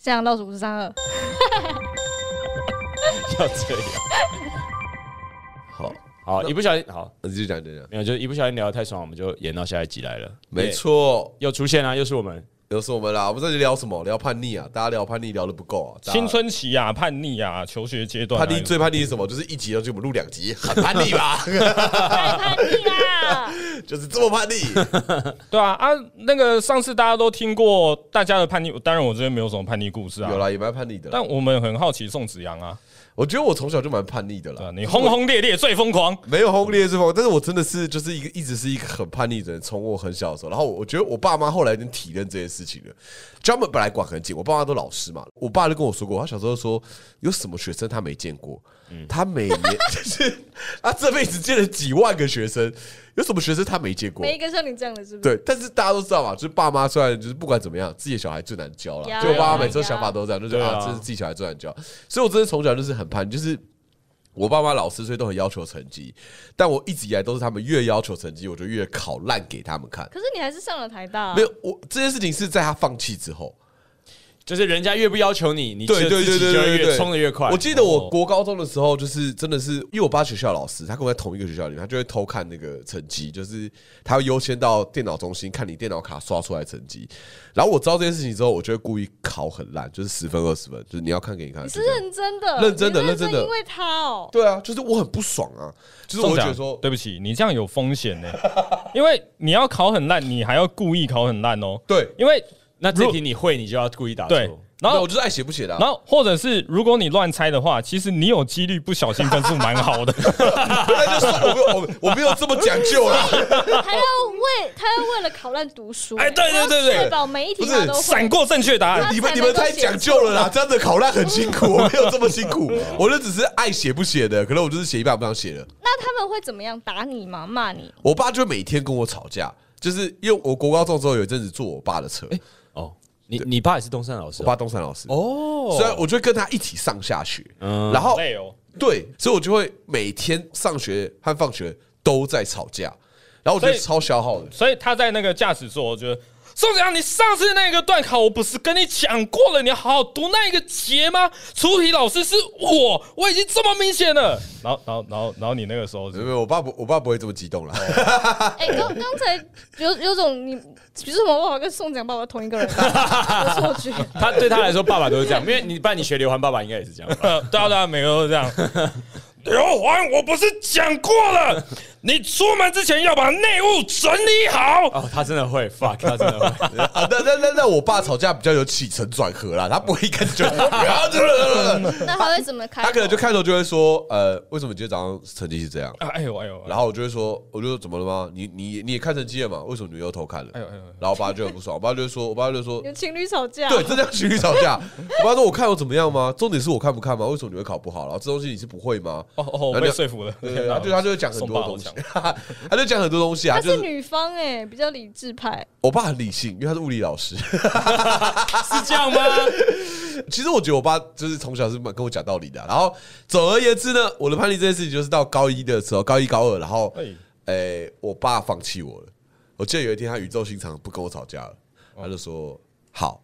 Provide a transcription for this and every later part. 这样倒数是三二，要这样。好，好，一不小心，好，那就讲这样，没有，就是一不小心聊得太爽，我们就演到下一集来了。没错，又出现啦、又是我们。又是我们啦。我们这里聊什么？聊叛逆啊，大家聊叛逆聊的不够啊。大家青春期啊，叛逆啊，求学阶段啊、叛逆最叛逆是什么？就是一集要就我们录两集，很叛逆吧？太叛逆啦！就是这么叛逆。对啊啊，那个上次大家都听过大家的叛逆，当然我这边没有什么叛逆故事啊。有，啦，也蛮叛逆的啦。但我们很好奇宋子阳啊，我觉得我从小就蛮叛逆的对啊，啦。你轰轰烈烈最疯狂，没有轰烈之风，但是我真的是就是一个一直是一个很叛逆的人，从我很小的时候，然后我觉得我爸妈后来已经体认这件事情了，就他们本来管很紧，我爸妈都老师嘛，我爸就跟我说过，他小时候说有什么学生他没见过，他每年 就是他这辈子见了几万个学生，有什么学生他没见过每？一个像你这样的，是不是？对，但是大家都知道嘛，就是爸妈虽然就是不管怎么样，自己的小孩最难教了。呀就我爸妈呀每次都想法都这样，就是对啊啊，这是自己小孩最难教。所以我真的从小就是很叛逆，就是我爸妈老师，所以都很要求成绩，但我一直以来都是他们越要求成绩，我就越考烂给他们看。可是你还是上了台大、啊，没有，我这件事情是在他放弃之后，就是人家越不要求你，你对就对自对己对就会对越对，冲的越快。哦我记得我国高中的时候，就是真的是，因为我爸学校老师，他跟我在同一个学校里面，他就会偷看那个成绩，就是他会优先到电脑中心看你电脑卡刷出来的成绩。然后我知道这件事情之后，我就会故意考很烂，就是十分二十分，就是你要看给你看。你就是这样认真的，认真的你认真的因为他哦、对啊，就是我很不爽啊，就是我宋会子觉阳得说，对不起，你这样有风险呢、因为你要考很烂，你还要故意考很烂哦、对，因为那这如题你会，你就要故意打错。对，然那后我就是爱写不写的啊、然后或者是如果你乱猜的话，其实你有几率不小心分数蛮好的。他就说我没有我我没有这么讲究啦。 还要为他要为了考烂读书、哎对对对对他要确保每一题不是他都闪会。过正确答案，你们你们太讲究了啦，这样子考烂很辛苦，我没有这么辛苦，我就只是爱写不写的，可能我就是写一半不想写了。那他们会怎么样打你吗？骂你？我爸就每天跟我吵架，就是因为我国高中的时候有一阵子坐我爸的车，哦，你你爸也是东山老师我哦、爸东山老师，哦所以我就跟他一起上下学，嗯然后累哦。对，所以我就会每天上学和放学都在吵架，然后我觉所得以超消耗的。所以他在那个驾驶座，我觉得宋子阳，你上次那个段考，我不是跟你讲过了，你要好好读那一个节吗？出题老师是我，我已经这么明显了。然后，然后，然后，然后你那个时候没有是没有，我爸不，我爸不会这么激动啦。哎、刚刚才 有有种你，比如说我爸爸跟宋子阳爸爸同一 个人，有错觉。他对他来说，爸爸都是这样，因 为你爸你学刘环，爸爸应该也是这样吧？呃， 对啊，对啊，每个都是这样。刘环，我不是讲过了，你出门之前要把内务整理好。 哦，他真的会 fuck，他真的会。啊，那那那那，我爸吵架比较有起承转合啦，他不会一开 始就，那他会怎么开口？他可能就开头就会说，呃，为什么你今天早上成绩是这样？啊哎呦，哎呦，然后我就会说，我就说怎么了吗？你你你也看成绩了嘛？为什么你又偷看了？哎呦哎呦哎呦然后我爸就很不爽，我爸就会说，我爸就说有，情侣吵架，对，这叫情侣吵架。我爸说我看有怎么样吗？重点是我看不看吗？为什么你会考不好？然后这东西你是不会吗？哦哦，我被说服了。对，然后就他就会讲很多东西宋爸，他就讲很多东西啊，她就是是女方哎、比较理智派。我爸很理性，因为他是物理老师。 是这样吗？其实我觉得我爸就是从小是蛮跟我讲道理的啊、然后总而言之呢，我的叛逆这件事情就是到高一的时候，高一高二，然后 哎诶、我爸放弃我了。我记得有一天他语重心长不跟我吵架了，哦他就说好。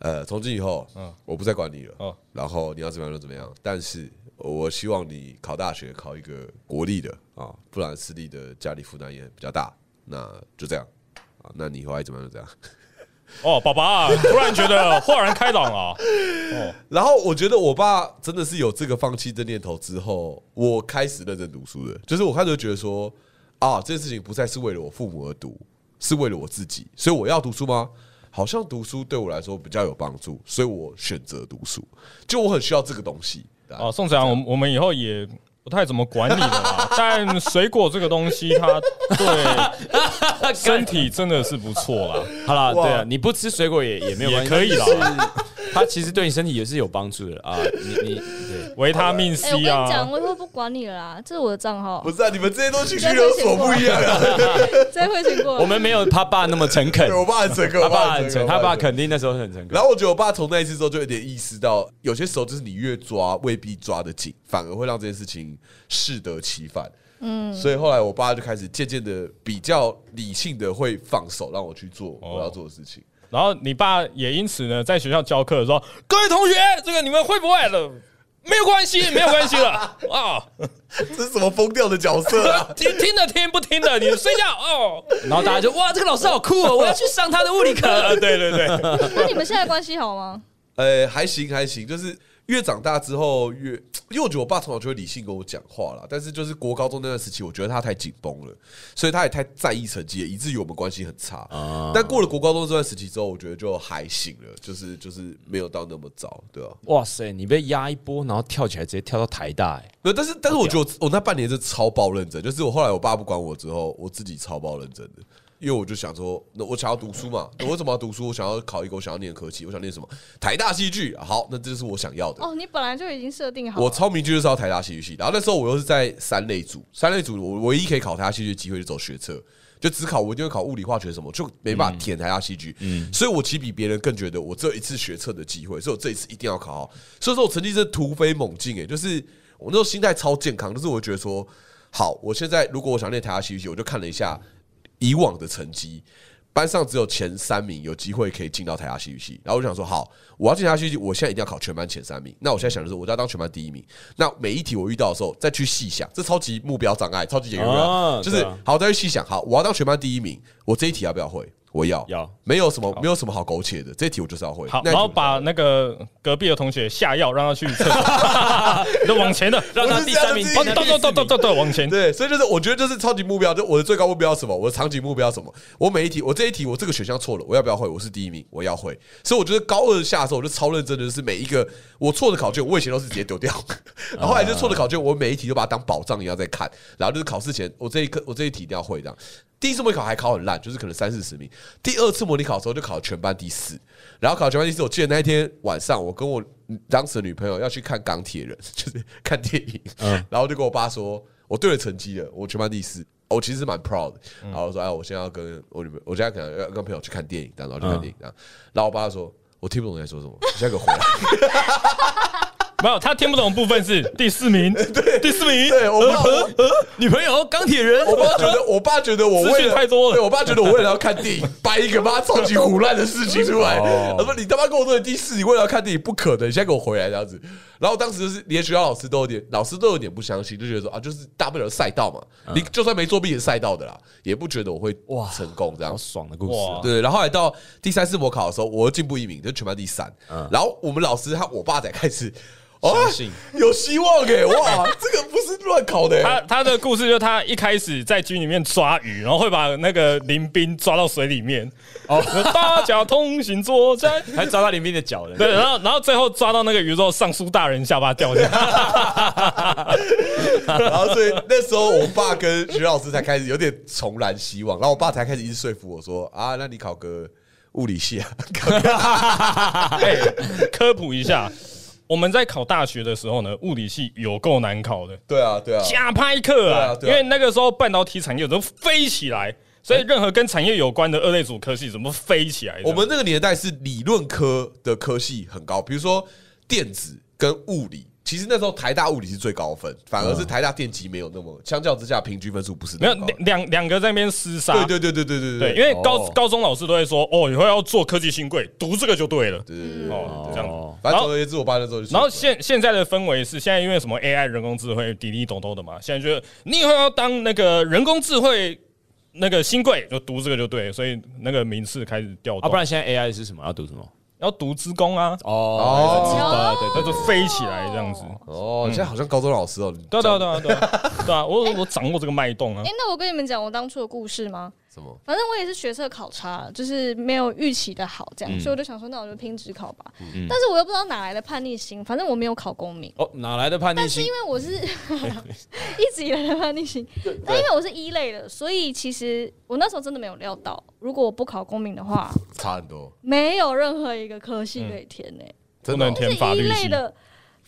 呃，从今以后，嗯我不再管你了。哦然后你要怎么样就怎么样，但是我希望你考大学考一个国立的啊，不然私立的家里负担也比较大。那就这样啊，那你以后爱怎么样就这样。哦，爸爸、突然觉得豁然开朗啊！哦，然后我觉得我爸真的是有这个放弃的念头之后，我开始认真读书的，就是我开始觉得说，啊，这件事情不再是为了我父母而读，是为了我自己，所以我要读书吗？好像读书对我来说比较有帮助，所以我选择读书。就我很需要这个东西。啊哦，宋子阳，我们我们以后也不太怎么管你 了啦。但水果这个东西，它对身体真的是不错啦。好了，哇对啊，你不吃水果也也没有关系，也可以啦啦。他其实对你身体也是有帮助的啊。你你对维他命哎、我跟 C 你讲，啊，我以后不管你了啦，这是我的账号不，是啊，你们这些都情绪勒索不一样啊！再会请过来。我们没有他爸那么诚恳对， 我爸很诚他恳，我爸很很诚，诚恳，他我爸很诚恳。肯定那时候很诚恳然。后我觉得我爸从那一次之后就有点意识到，有些时候就是你越抓未必抓得紧，反而会让这件事情适得其反。嗯，所以后来我爸就开始渐渐的比较理性的会放手让我去做我要做的事情。 然后你爸也因此呢，在学校教课说：“各位同学，这个你们会不会了？没有关系，没有关系了 啊！这是什么疯掉的角色啊？听听的听，不听的你睡觉哦。然后大家就哇，这个老师好酷哦，我要去上他的物理呃课。 对对对，那你们现在关系好 吗？呃，还行还行，就是越长大之后越，因为我觉得我爸从小就会理性跟我讲话啦，但是就是国高中那段时期，我觉得他太紧绷了，所以他也太在意成绩了，以至于我们关系很差。但过了国高中这段时期之后，我觉得就还行了，就是就是没有到那么糟，对啊吧、哇塞，你被压一波，然后跳起来直接跳到台大、哎，没有，但是但是我觉得我我那半年是超爆认真，就是我后来我爸不管我之后，我自己超爆认真的，因为我就想说，那我想要读书嘛，那我为什么要读书？我想要考一个我想要念的科技，我想念什么？台大戏剧，好，那这就是我想要的。哦，你本来就已经设定好了。我超明确就是要台大戏剧系，然后那时候我又是在三类组，三类组我唯一可以考台大戏剧的机会就走学测，就只考我一定会考物理化学什么，就没办法填台大戏剧，所以我其实比别人更觉得我只有一次学测的机会，所以我这一次一定要考好，所以说我成绩真的突飞猛进，诶，就是我那时候心态超健康，就是我觉得说，好，我现在如果我想练台大戏剧系，我就看了一下以往的成绩，班上只有前三名有机会可以进到台大戏剧系。然后我就想说，好，我要进台大戏剧系，我现在一定要考全班前三名。那我现在想的是，我就要当全班第一名。那每一题我遇到的时候，再去细想，这超级目标障碍，超级演员啊啊就是对啊好，再去细想，好，我要当全班第一名，我这一题要不要会？我要，要没有什么没有什么好苟且的，这一题我就是要会。好，那一然题后我就是要把会那个隔壁的同学下药，让他去厕 所，就往前的，让让他他第三名，我哦，让对他对第对四对名对对，对往前。对，所以就是我觉得就是超级目标，就我的最高目标是什么？我的长期目标是什么？我每一题，我这一题我这个选项错了，我要不要会？我是第一名，我要会。所以我觉得高二下的时候，我就超认真的，就是每一个我错的考卷，我以前都是直接丢掉， 然后后来就错的考卷，我每一题都把它当宝藏一样在看，然后就是考试前，我这一科我这一题一定要会这样。第一次模拟考还考很烂，就是可能三四十名。第二次模拟考的时候就考全班第四，然后考全班第四，我记得那一天晚上，我跟我当时的女朋友要去看钢铁人，就是看电影， 然后就跟我爸说，我对了成绩了，我全班第四。哦我其实蛮 proud 的，嗯然后我说哎，我现在要跟我女朋友，我现在可能要跟朋友去看电影，这样然后嗯去看电影，这样，然后我爸说，我听不懂你在说什么，你现在给我回来。没有，他听不懂的部分是第四名，第四名， 呃对我爸，我女朋友钢铁人我爸觉得，我爸觉得我资为讯了太多了对我爸觉得我为了要看电影，掰一个妈超级胡乱的事情出来。哦他说：“你他妈跟我说你第四，你为了要看电影不可能，你现在给我回来这样子。”然后当时就是连学校老师都有点，老师都有点不相信，就觉得说啊，就是大不了赛道嗯嘛，你就算没作弊也是赛道的啦，也不觉得我会哇哇成功这样好。爽的故事啊哇！对，然后后来到第三次模考的时候，我又进步一名，就全班第三。嗯然后我们老师和我爸才开始。哦相信，有希望哎、 哇，这个不是乱考的、欸，他他的故事就是他一开始在军里面抓鱼，然后会把那个林兵抓到水里面，哦，八角通行作战。还抓到林斌的脚了。对，然后然后最后抓到那个鱼之后，尚书大人下巴掉 下来。然后所以那时候我爸跟徐老师才开始有点重燃希望，然后我爸才开始一直说服我说啊，那你考个物理系啊， 考个哎，科普一下，我们在考大学的时候呢，物理系有够难考的，对啊对啊，假拍课对啊，啊对因啊为那个时候半导体产业都飞起来，所以任何跟产业有关的二类组科系怎么飞起来的？我们那个年代是理论科的科系很高，比如说电子跟物理。其实那时候台大物理是最高分，反而是台大电机没有那么，相较之下平均分数不是嗯没那有么高两。两两个在那边厮杀，对对对对对对对，因为高、高中老师都会说，哦，以后要做科技新贵，读这个就对了。对对对，哦，这样子。反正总而言之，我爸那时候就然后现现在的氛围是，现在因为什么 AI 人工智慧滴滴咚咚的嘛，现在觉得你以后要当那个人工智慧那个新贵，就读这个就对了，所以那个名次开始调啊，动，不然现在 AI 是什么？要读什么？要读资工啊，哦，哦对那对就对对，飞起来这样子。哦，现在好像高中老师哦，对啊对啊对啊对啊， 对啊，我我掌握这个脉动啊哎、，那我跟你们讲我当初的故事吗？什么？反正我也是学测考差，就是没有预期的好，这样，嗯所以我就想说，那我就拼职考吧。但是我又不知道哪来的叛逆心，反正我没有考公民，哦，哪来的叛逆但是心因？为我是 一直以来的叛逆 心，但因为我是一类的，所以其实我那时候真的没有料到，如果我不考公民的话，差很多，没有任何一个科系嗯可以填呢、不真的能哦填法这一律类系。嗯的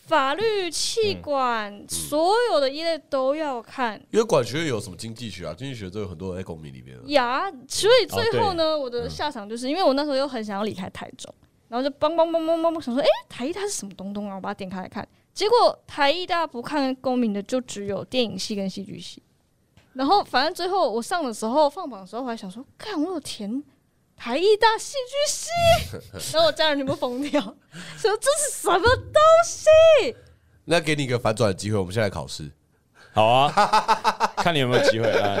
法律、气管，所有的一类都要看。因为管学院有什么经济学啊？经济学都有很多人在公民里嗯面啊。呀，所以哦最后呢，我的下场就是因为我那时候又很想要离开台中，然后就梆梆梆梆梆梆想说，哎、台艺大是什么东东啊？我把它点开来看，结果台艺大不看公民的就只有电影系跟戏剧系，然后反正最后我上的时候放榜的时候，我还想说，看我有填台艺大戏剧 系，然后我家人全部疯掉， 说这是什么东西？那给你一个反转的机会，我们现在考试。好啊，看你有没有机会啊！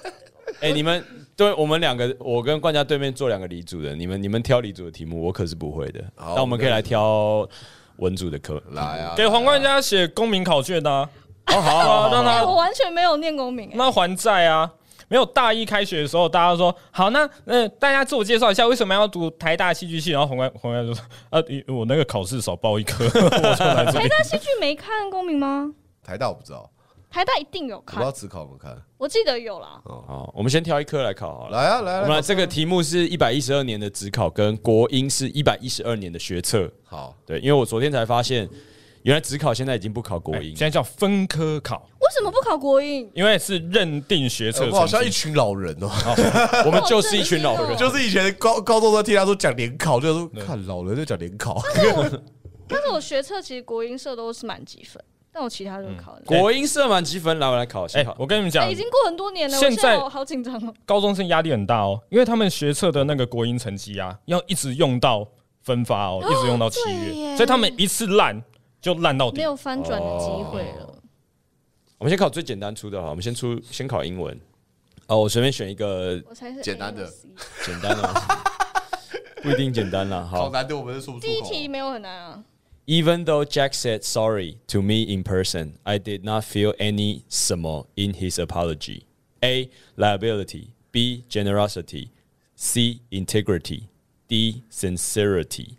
哎、你们对我们两个，我跟冠家对面坐两个李组的，你们你们挑李组的题目，我可是不会的。好那我们可以来挑文组的课。来啊，给黄冠家写公民考卷啊，哦，好对啊，啊，让哎、他我完全没有念公民、哎那还债啊。没有大一开学的时候，大家说好，那那、呃大家自我介绍一下，为什么要读台大戏剧系？然后黄冠黄冠就说啊，因为我那个考试少报一科， 我就来这台里。大戏剧没看公民吗？台大我不知道，台大一定有我不知嗯道看，只考我们看。我记得有啦。好，我们先挑一科来考好了。来啊，来我啊们来来啊，这个题目是一百一十二年的职考，跟国英是一百一十二年的学测。好，对，因为我昨天才发现，原来职考现在已经不考国哎英现，在叫分科考，为什么不考国英？因为是认定学我测们好像成一绩。群老人哦，我们就是一群老人。哦 就是以前高高中在听他说讲联考，就说看老人在讲联考，但是我学测其实国英社都是满积分，但我其他就嗯考了。国英射满积分，来我来考，哎、先考。我跟你们哎讲已，经过很多年了，我现现在嗯在好好紧张哦。高中生压力很大哦，因为他们学测的那个国英成绩啊，要一直用到分发哦，一直用到七对耶月，所以他们一次烂就烂到底没。有翻转的机会哦了。我们先考最简单出的哈，我们先出先考英文。哦，我随便选一个我才是简单的 AOC 简单的， 不一定简单啦。 好好难的我们是说不出第一口。题没有很难啊， ，Even though Jack said sorry to me in person, I did not feel any 什么 in his apology. A liability, B generosity, C integrity, D sincerity.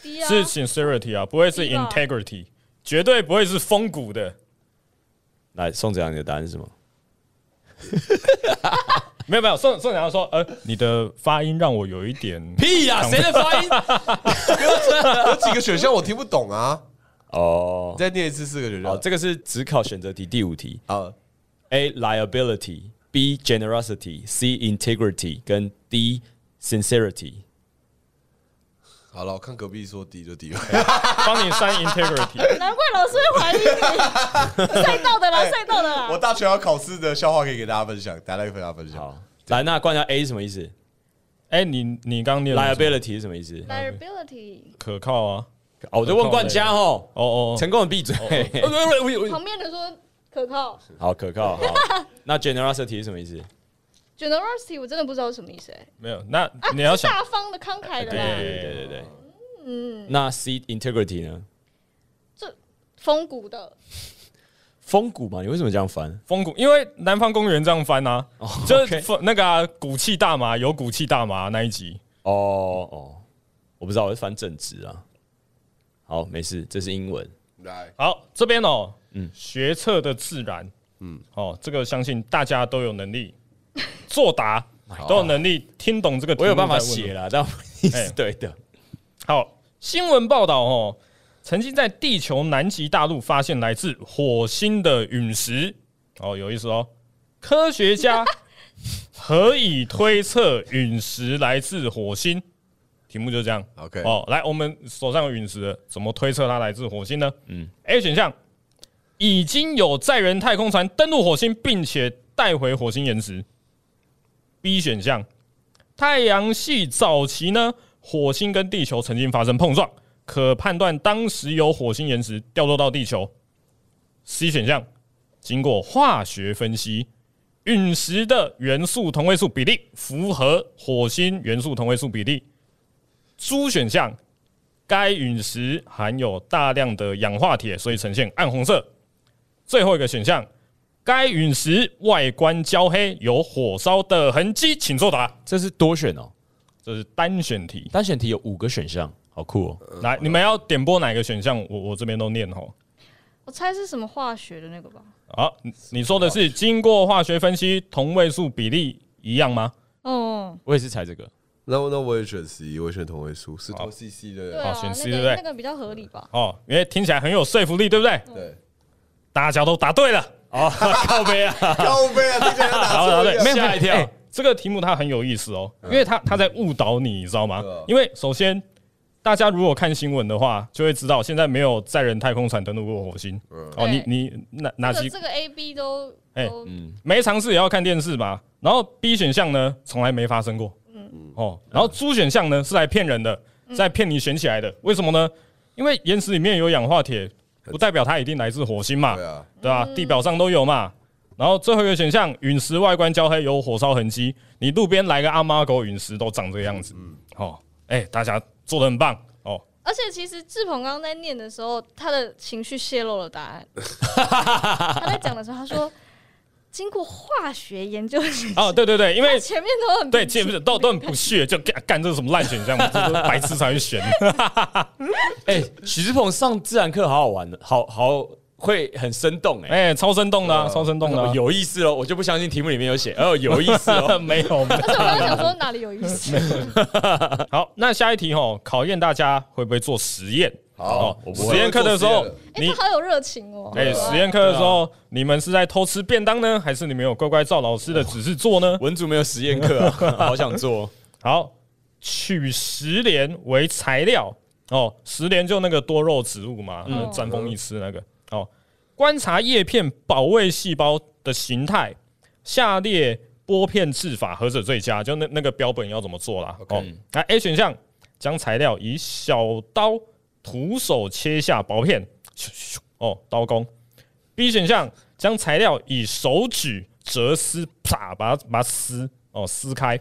第二是 sincerity 啊，不会是低吧 integrity，绝对不会是风骨的。来，宋子阳，你的答案是什么？没有没有，宋宋阳说，呃，你的发音让我有一 点，屁呀、谁的发音？有几个选项我听不懂啊，哦，再念一次四个选好，项这个是只考选择题第五题。啊。 A liability, B generosity, C integrity 跟 D sincerity。好了，我看隔壁说低就 低了。帮你删 integrity。 难怪老师会怀疑你，赛道的啦，赛道的哎我啦。大学要考试的笑话可以给大家分享，大家可以跟大家分享。好，来，那冠家 A 是什么意思哎，你你刚念的是什么？liability 是什么意思？ Liability 可靠啊，哦，我就问冠家哦，哦哦，哦成功的闭嘴。 哎旁边的说可靠好，可靠。好，那 generosity 是什么意思？ ，generosity 我真的不知道是什么意思哎。没有，那啊，你要是想，大方的、慷慨哎的对对啦，对对对对。嗯，那 C integrity 呢？这风骨的。风骨嘛，你为什么这样翻？风骨，因为南方公园这样翻啊，就哦是 OK 风那个啊骨气大麻有骨气大麻那一集，哦哦，我不知道，我是翻正直啊。好，没事，这是英文。来，好，这边哦，嗯学测的自然，嗯，哦，这个相信大家都有 能力作答，都有能力听懂这个，我有办法写。啦，但我一定是对的。好，新闻报道哦，曾经在地球南极大陆发现来自火星的陨石，哦，有意思哦，科 学家何以推测陨石来自火星？题目就这样。 OK 哦，来，我们手上有陨石了，怎么推测它来自火星呢？嗯，A 选项已经有载人太空船登陆火星，并且带回火星岩石。B 选项，太阳系早期呢，火星跟地球曾经发生碰撞，可判断当时有火星岩石掉落到地球。C 选项，经过化学分析，陨石的元素同位素比例符合火星元素同位素比例。猪选项，该陨石含有大量的氧化铁，所以呈现暗红色。最后一个选项，该陨石外观焦黑，有火烧的痕迹，请作答。这是多选哦，这是单选题，单选题有五个选项，好酷哦。来，你们要点播哪个选项？我我这边都念吼。我猜是什么化学的那个吧？好，你你说的是经过化学分析，同位素比例一样吗？哦，我也是猜这个。那那我也选 C，我也选同位素，是同 CC 对的。啊，选那 C 对不对个那个比较合理吧？哦，因为听起来很有说服力，对不对？对，大家都答对了。哦，靠背啊！高飞啊，这个人打 好错答一哦对，个没有吓一跳哎这个题目它很有意思哦，嗯因为它它在误导你，你知道吗对啊？因为首先，大家如果看新闻的话，就会知道现在没有载人太空船登陆过火星。嗯哦，你对你哪哪这几个这个 A、B 都哎都没尝试也要看电视吧？然后 B 选项呢，从来没发生过。嗯，哦，然后猪选项呢是来骗人的，嗯是来骗你选起来的。为什么呢？因为岩石里面有氧化铁，不代表它一定来自火星嘛对，啊，对嗯吧？地表上都有嘛。然后最后一个选项，陨石外观焦黑，有火烧痕迹。你路边来个阿猫阿狗，陨石都长这个样子。嗯哦，哎，大家做的很棒哦。而且其实志鹏刚刚在念的时候，他的情绪泄露了答 案。他在讲的时候，他说经过化学研 究，哦，对对对，因为他 前面都很对，前见不得都都很不屑，就干干这是什么烂选项，这都是白痴才 会选。哎，许志鹏上自然课好好玩的，好好会很生动哎，哎、超生动的哦啊、超生动的啊、有意思哦，我就不相信题目里面有写，哦，有意思 哦， 没有？没有而且我刚刚想说哪里有意思，好，那下一题哦，考验大家会不会做实验。好哦我不会实验课的时候做实验了，啊哎、你他好有热情哦。哎、实验课的时候，你们是在偷吃便当呢，还是你们有乖乖照老师的指示做呢？文组没有实验课啊，好想做哦。好，取石莲为材料哦，石莲就那个多肉植物嘛，嗯沾蜂蜜吃那个哦。观察叶片保卫细胞的形态，下列玻片制法何者最佳？就那那个标本要怎么做啦 OK 哦，那 A 选项将材料以小刀徒手切下薄片，咻咻咻哦，刀工。B 选项将材料以手指折撕，啪，把它把它撕哦撕开。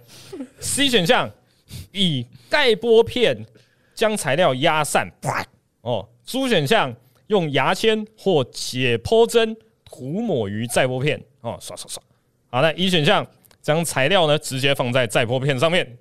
C 选项以盖玻片将材料压散，啪哦。猪选项用牙签或解剖针涂抹于载玻片，哦，刷刷刷。好，那一、选项将材料呢直接放在载玻片上面，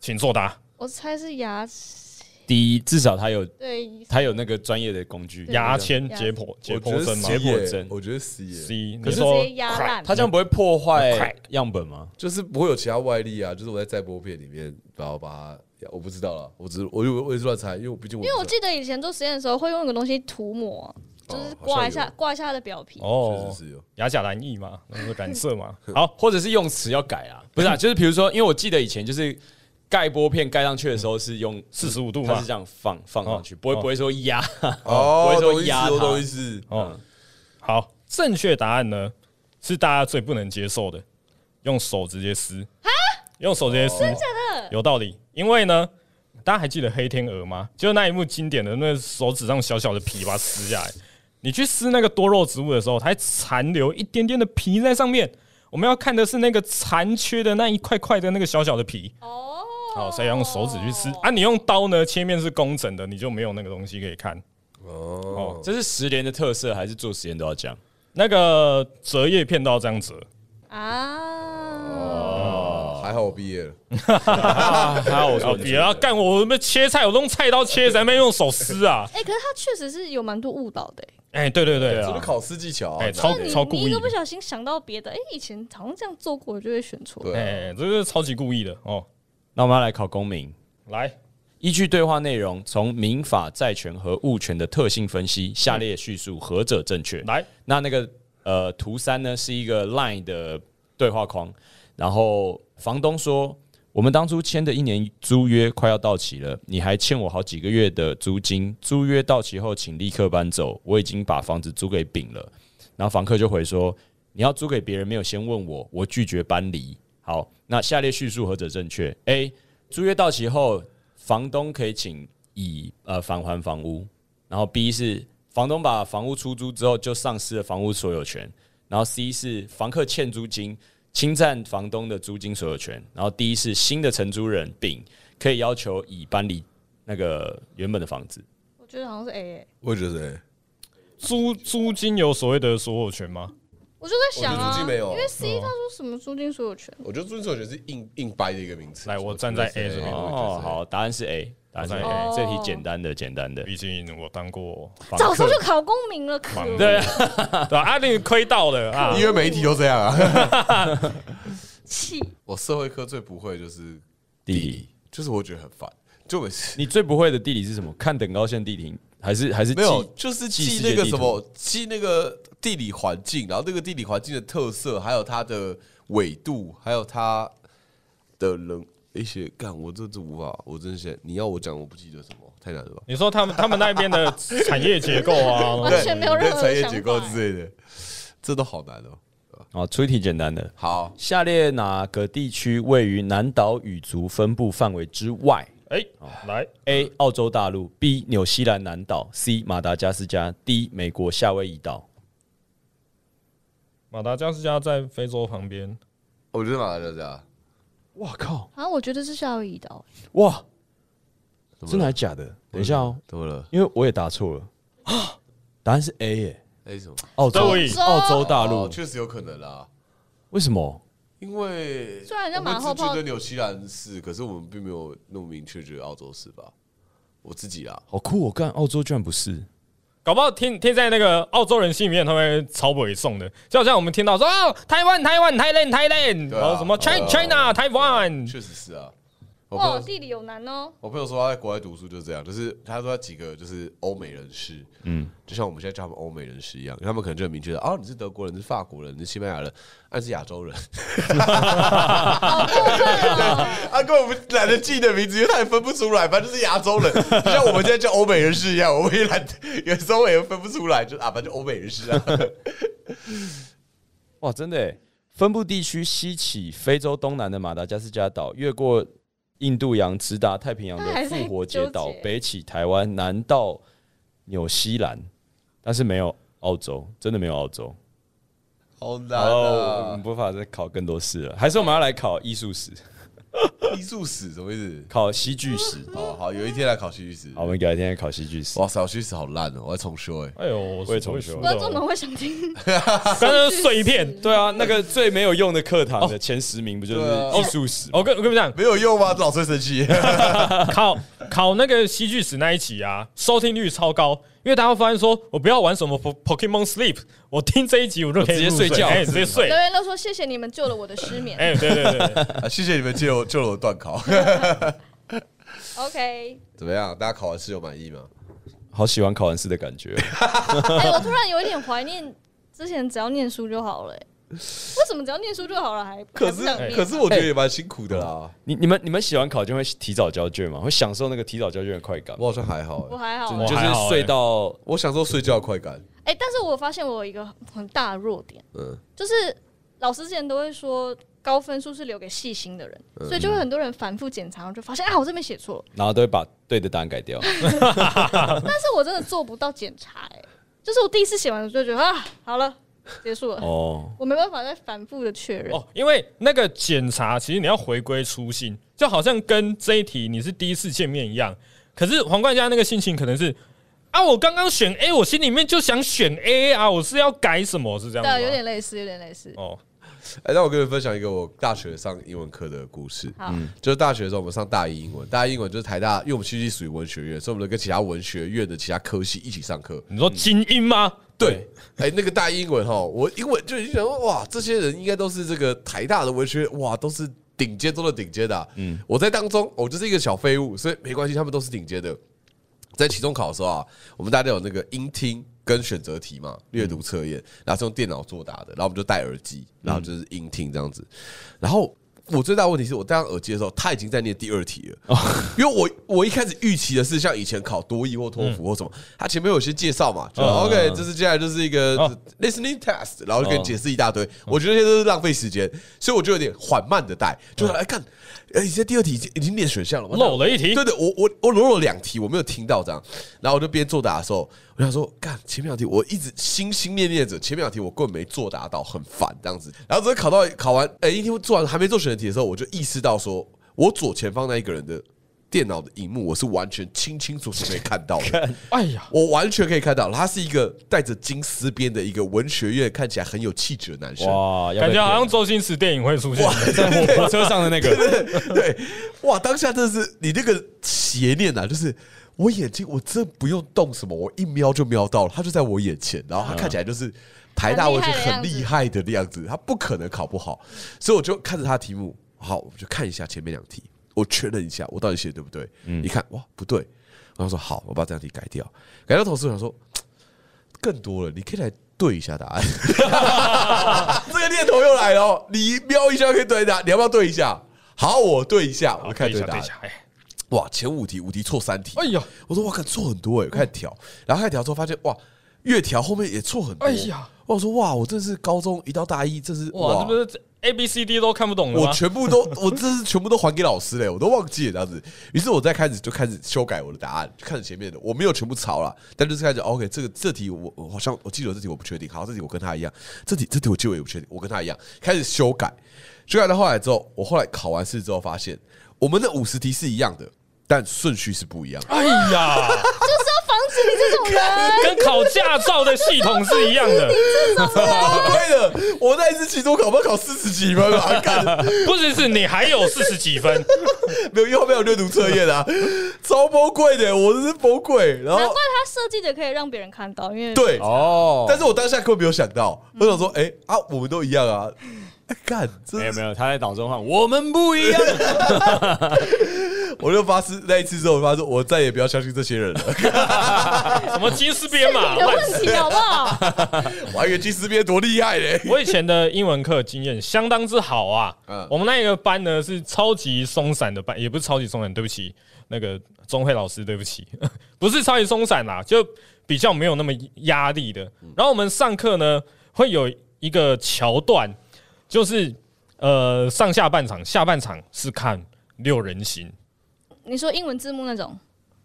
请作答。我猜是牙齿，第一，至少他有对，他有那个专业的工具，牙签牙解剖解我剖觉得针吗解 C 耶解剖针我觉得 C 耶？C，可你直是说接压烂。他这样不会破坏快样本吗？就是不会有其他外力啊，就是我在载波片里面，然后把它，我不知道了，我只是我我我也是乱猜，因为我毕竟我因为我不知记得以前做实验的时候会用一个东西涂抹，就是刮一好像下有刮一下它的表皮。道哦确实，是有牙甲蓝翼嘛，那个染色嘛。好，或者是用词要改嗯啊？不是啊，就是比如说，因为我记得以前就是盖玻片盖上去的时候是用45度它嘛是这样放放上去，哦不会哦不会说压。哦，不会说懂意思，压它我懂意思，哦，好，正确答案呢是大家最不能接受的，用手直接撕用手直接撕，真的有道理。因为呢，大家还记得黑天鹅吗？就那一幕经典的那手指上小小的皮把它撕下来，你去撕那个多肉植物的时候，它还残留一点点的皮在上面。我们要看的是那个残缺的那一块块的那个小小的皮，哦，好，所以要用手指去撕啊。你用刀呢，切面是工整的，你就没有那个东西可以看。哦，这是十年的特色，还是做实验都要 这样？那个折叶片都要这样折，啊，哦还好我毕业了，还有我说哦，别啊！干我们切菜，我都用菜刀切，咱们用手撕 啊！哎，可是他确实是有蛮多误导的，欸哎，对对对这是啊，考试技巧啊哎，，超你超故你一意个不的，小心想到别的，哎，以前好像这样做过，就会选错。对啊，哎，这是超级故意的哦。 那我们要来考公民。来，依据对话内容，从民法、债权和物权的特性分析，下列叙述何者正确？来，那那个呃图三呢是一个 Line 的对话框，然后房东说：“我们当初签的一年租约快要到期了，你还欠我好几个月的租金。租约到期后，请立刻搬走，我已经把房子租给丙了。”然后房客就回说：“你要租给别人，没有先问我，我拒绝搬离。”好，那下列叙述何者正确？A. 租约到期后，房东可以请乙呃返还房屋。然后 B 是房东把房屋出租之后就丧失了房屋所有权，然后 C 是房客欠租金，侵占房东的租金所有权，然后 D 是新的承租人丙可以要求乙搬离那个原本的房子。我觉得好像是 A，哎我也觉得哎租租金有所谓的所有权吗？我就在想我觉得啊租，金没有因为嗯 C 他说什么租金所有权，我觉得遵守权是硬硬掰的一个名词。来我站在 A 哎这边哦，，好，答案是 A，答案是 A，、哦这题简单的，简单的。毕竟我当过房早客上就考公民了，可恶对啊对啊啊，你亏到了啊！因为每一题都这样啊。气。我社会科最不会就是地理，就是我觉得很烦，就每次你最不会的地理是什么？看等高线地形，还是还是没有记，就是记记世界那个地什图么，记那个地理环境，然后那个地理环境的特色，还有它的纬度，还有它的人一些。干，我这这无法，我真的是你要我讲，我不记得什么，太难了吧？你说他们他们那边的产业结构啊， 完全没有任何对产业想结构法之类的，这都好难哦。了。哦，出一题简单的。好，下列哪个地区位于南岛语族分布范围之外哎，来， ？A. 澳洲大陆 B. 纽西兰南岛 C. 马达加斯加 D. 美国夏威夷岛。马达加斯加在非洲旁边，我觉得马来西亚哇靠！啊，我觉得是夏威夷岛，欸哇，怎么了真的还假的？等一下哦，怎么了？因为我也答错 了。答案是 A 耶，哎，什么？澳洲夏威夷澳洲大陆哦。确实有可能啦，为什么？因为虽然人家我们马后只觉炮得纽西兰是，可是我们并没有那么明确觉得澳洲是吧？我自己啊啦，好酷！我哦干，澳洲居然不是。搞不好听听在那个澳洲人心里面，他们超北宋的，就好像我们听到说啊，台湾、台湾、台湾、台湾，对啊然后什么 China、China、台湾，确实是啊。我朋哇，友地理有难哦。我朋友说他在国外读书就是这样，就是他说他几个就是欧美人士，嗯，就像我们现在叫他们欧美人士一样，他们可能就很明确的，哦，你是德国人，你是法国人，你是西班牙人，啊，你是亚洲人， 啊，根本不懒得记你的名字，因为他也分不出来，反正就是亚洲 人，就像我们现在叫欧美人士一样，我们也懒得，有时候也分不出来，就啊，反正就欧美人士 啊，哇，真的耶！分布地区西起非洲东南的马达加斯加岛，越过印度洋，直达太平洋他还的在复活节岛纠结，北起台湾，南到纽西兰，但是没有澳洲，真的没有澳洲。好难哦，我啊们，无法再考更多次了，还是我们要来考艺术史，艺术史什么意思？考戏剧史。好好，有一天来考戏剧史，好，我们改天来考戏剧史。哇塞，我戏剧史好烂哦，我要重修哎、哎呦，我我也重修不知道怎么会想 听，哎刚刚碎片。对啊，那 个最没有用的课堂的前十名不就是艺术史？哦我跟我跟你 们没有用吗？老师会生气。 啊讲，考考那个戏剧史那一集啊，收听率超高，因为大家会发现说我不要玩什么 Po- Pokemon Sleep，我听这一集我就可以我直接入睡睡觉哎，直接睡留，言都说谢谢你们救了我的失眠。哎，对对对 对，啊，谢谢你们救我救了我断考。 OK，怎么样？大家考完试有满意吗？好喜欢考完试的感觉。哦哎，我突然有一点怀念之前只要念书就好了，哎为什么只要念书就好了还还不想念？可是我觉得也蛮辛苦的啦。哎你你们你们喜欢考卷会提早交卷吗？会享受那个提早交卷的快感吗？我好像还好、我欸，还好我啊，哦就是还好欸睡到我享受睡觉的快感。哎，但是我发现我有一个很大的弱点，嗯，就是老师之前都会说高分数是留给细心的人，嗯所以就会很多人反复检查，就发现啊我这边写错了，然后都会把对的答案改掉。但是我真的做不到检查，哎，就是我第一次写完我就觉得啊好了，结束了，哦，我没办法再反复的确认。哦，因为那个检查其实你要回归初心，就好像跟这一题你是第一次见面一样。可是皇冠家那个心情可能是啊，我刚刚选 A，我心里面就想选 A 啊，我是要改什么？是这样子对，吗啊有点类似，有点类似。哦，哎、那我跟你们分享一个我大学上英文课的故事。好，就是大学的时候，我们上大一英文，大一英文就是台大，因为我们戏剧属于文学院，所以我们都跟其他文学院的其他科系一起上课。你说精英吗？对，哎、那个大一英文哈，我英文就已经想说，哇，这些人应该都是这个台大的文学，哇，都是顶尖中的顶尖的啊、嗯，我在当中，我就是一个小废物，所以没关系，他们都是顶尖的。在期中考的时候啊，我们大家有那个音听跟选择题嘛，嗯阅读测验，然后是用电脑作答的，然后我们就戴耳机，然后嗯就是音听这样子。然后我最大的问题是我戴上耳机的时候，他已经在念第二题了，哦因为我我一开始预期的是像以前考多益或托福或什么，他前面有些介绍嘛，就嗯 OK，这是接下来就是一个哦 listening test，然后就给你哦解释一大堆，我觉得这些都是浪费时间，所以我就有点缓慢的带，就是哎看，哎，你在第二题已经已经念选项了嘛，哦漏了一题对对，我我我漏了两题，我没有听到这样，然后我就边作答的时候，我想说，干前面两题我一直心心念念着，前面两题我根本没作答到，很烦这样子。然后直接考到考完，哎、一天做完还没做选择题的时候，我就意识到说，我左前方那一个人的电脑的荧幕，我是完全清清楚楚可以看到的，哎呀，我完全可以看到，他是一个带着金丝边的一个文学院，看起来很有气质的男生。哇，要感被觉好像骗周星驰电影会出 现。了在火车上的那 个， 对，哇，当下真的是你那个邪念啊，就是我眼睛我真不用动什么，我一瞄就瞄到了，他就在我眼前，然后他看起来就是台大文学很厉害的样子，他不可能考不好，所以我就看着他的题目，好，我就看一下前面两题，我确认一下我到底写的对不对，一看哇不对，然后说好，我把这两题改掉，改掉同时我想说更多了，你可以来对一下答案。 这个念头又来了哦，你瞄一下可以对答，你要不要对一下？好，我对一下，我看对对一下答对一案。下，哎，哇，前五题五题错三题，哎呀，我说哇，看错很多哎，我开始调，然后开始调之后发现哇，越调后面也错很多。哎呀，我说哇，我这是高中一到大一，这是哇，哇这不是 A B C D 都看不懂了我吗？全部都， 我这是全部都还给老师嘞，我都忘记了这样子。于是我再开始就开始修改我的答案，就看着前面的，我没有全部抄了，但就是开始哦 OK，这个这题我我好像我记得这题我不确定，好，这题我跟他一样，这题这题我记得我也不确定，我跟他一样，开始修改，修改到后来之后，我后来考完试之后发现，我们的五十题是一样的，但顺序是不一 样的。哎呀，就是要防止你这种哦人。跟考驾照的系统是一样的，哦对的，我那一次期中考，我考四十几分吧， 干不只是你还有四十几分，没有，因为后面有阅读测验啊，超崩溃的，我真是崩溃。然难后怪他设计的可以让别人看到，因为对，哦，但是我当下根本没有想到，嗯我想说，哎、啊，我们都一样啊， 哎干，真没有的是，没有，他在脑中喊我们不一样。我就发誓那一次之后，我发誓我再也不要相信这些人 了。什么金丝编 码你的？问 题好不好？我还以为金丝边多厉害 欸嘞、我以前的英文课经验相当之好啊。嗯我们那一个班呢是超级松散的班，也不是超级松散，对不起，那个钟慧老师，对不起， 不是超级松散啦，就比较没有那么压力的。然后我们上课呢会有一个桥段，就是呃上下半场，下半场是看六人行，你说英文字幕那种，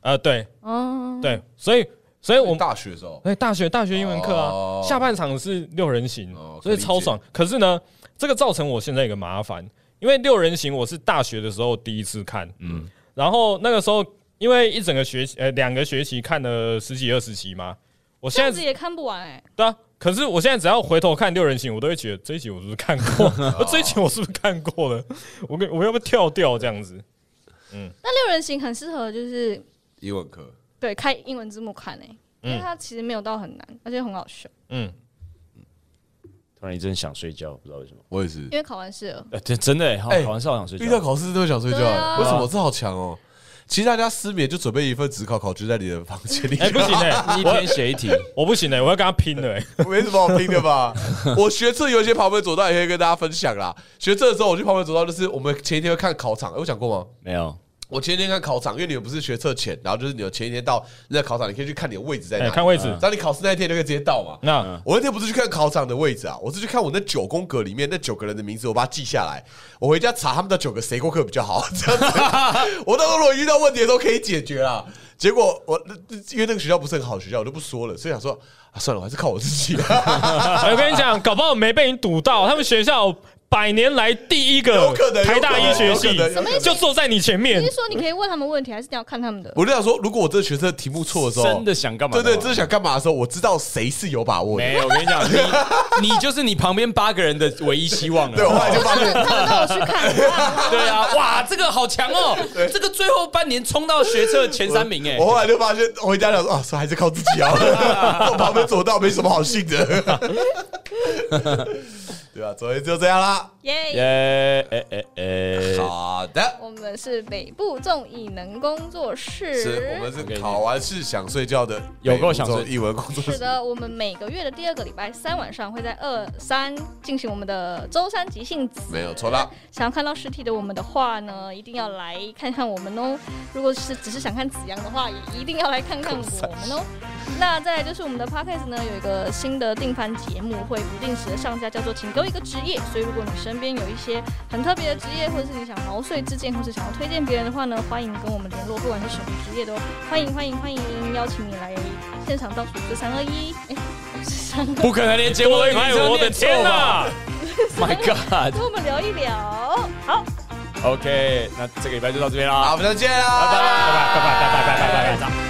呃，对哦，对，所以所以我们大学的时候，哎，大学大学英文课啊，哦下半场是六人行，哦可所以以超爽。可是呢，这个造成我现在一个麻烦，因为六人行我是大学的时候第一次看，嗯，然后那个时候因为一整个学期，呃，两个学期看了十几二十集嘛，我这现样在子也看不完哎。对啊，可是我现在只要回头看六人行，我都会觉得这一集我是不是看过？ 这一集我是不是看过了？我跟我要不要跳掉这样子？那六人行很适合就是英文课，对开英文字幕看哎，嗯因为它其实没有到很难，而且很好笑。嗯，突然一阵想睡觉，不知道为什么。我也是因，为考完试了，呃，真真的欸，好哎考完试好想睡遇到觉。考试都会想睡觉、对啊为什么这好强哦？其实大家失眠就准备一份职考考卷在你的房间 里，哎、不行哎、一我天写一题，我不行哎、我要跟他拼了哎、没什么好拼的吧？我学测有一些旁边左道也可以跟大家分享啦。学测的时候，我去旁边左道，就是我们前一天会看考场，哎我讲过吗？没有，我前一天看考场，因为你们不是学测前，然后就是你有前一天到那个考场，你可以去看你的位置在哪哎里。看位置只要你考试那一天，你就可以直接到嘛。那。我那天不是去看考场的位置啊，我是去看我那九宫格里面那九个人的名字，我把它记下来。我回家查他们的九个谁功课比较 好，这样子。我到时候如果遇到问题的时候可以解决啦。结果我因为那个学校不是很好的学校，我就不说了，所以想说、啊、算了，我还是靠我自己。 哎我跟你讲，搞不好没被你堵到，他们学校百年来第一有个可能台大医学系有可能有可能有可能就坐在你前面你是。说你可以问他们问题，还是你要看他们的？嗯我就想说，如果我这学测题目错的时候，真的想干嘛？对对，干真嘛的想干嘛的时候，我知道谁是有把握的。没有。我跟你讲，你你就是你旁边八个人的唯一希望对，我了。后来就发现，他们都有去 看，对啊，哇，这个好强哦！这个最后半年冲到学测前三名，哎我，后来就发现，回家想说啊，说还是靠自己 好了，我旁边走道没什么好信的， 对啊吧、昨天就这样啦。耶，耶！哎哎哎，好的，我们是北部众艺能工作室，是我们是考完试想睡觉的，有够想睡一文工作是室。的，我们每个月的第二个礼拜三晚上会在二三进行我们的周三即兴子。没有错啦，想要看到实体的我们的话呢，一定要来看看我们哦。如果是只是想看子阳的话，也一定要来看看我们哦。那再来就是我们的 podcast 呢，有一个新的定番节目会不定时的上架，叫做“请给我一个职业”。所以如果你身边有一些很特别的职业，或者是你想毛遂自荐，或是想要推荐别人的话呢，欢迎跟我们联络，不管是什么职业都欢迎欢迎欢迎，邀请你来现场倒数是三二一，哎，是三二不可能连节目都一哎直我的念错天吧哪！ ！My 跟 God，OK，我们聊一聊。好，那这个礼拜就到这边好，啦，我们再见啦，拜拜拜拜拜拜拜拜拜拜。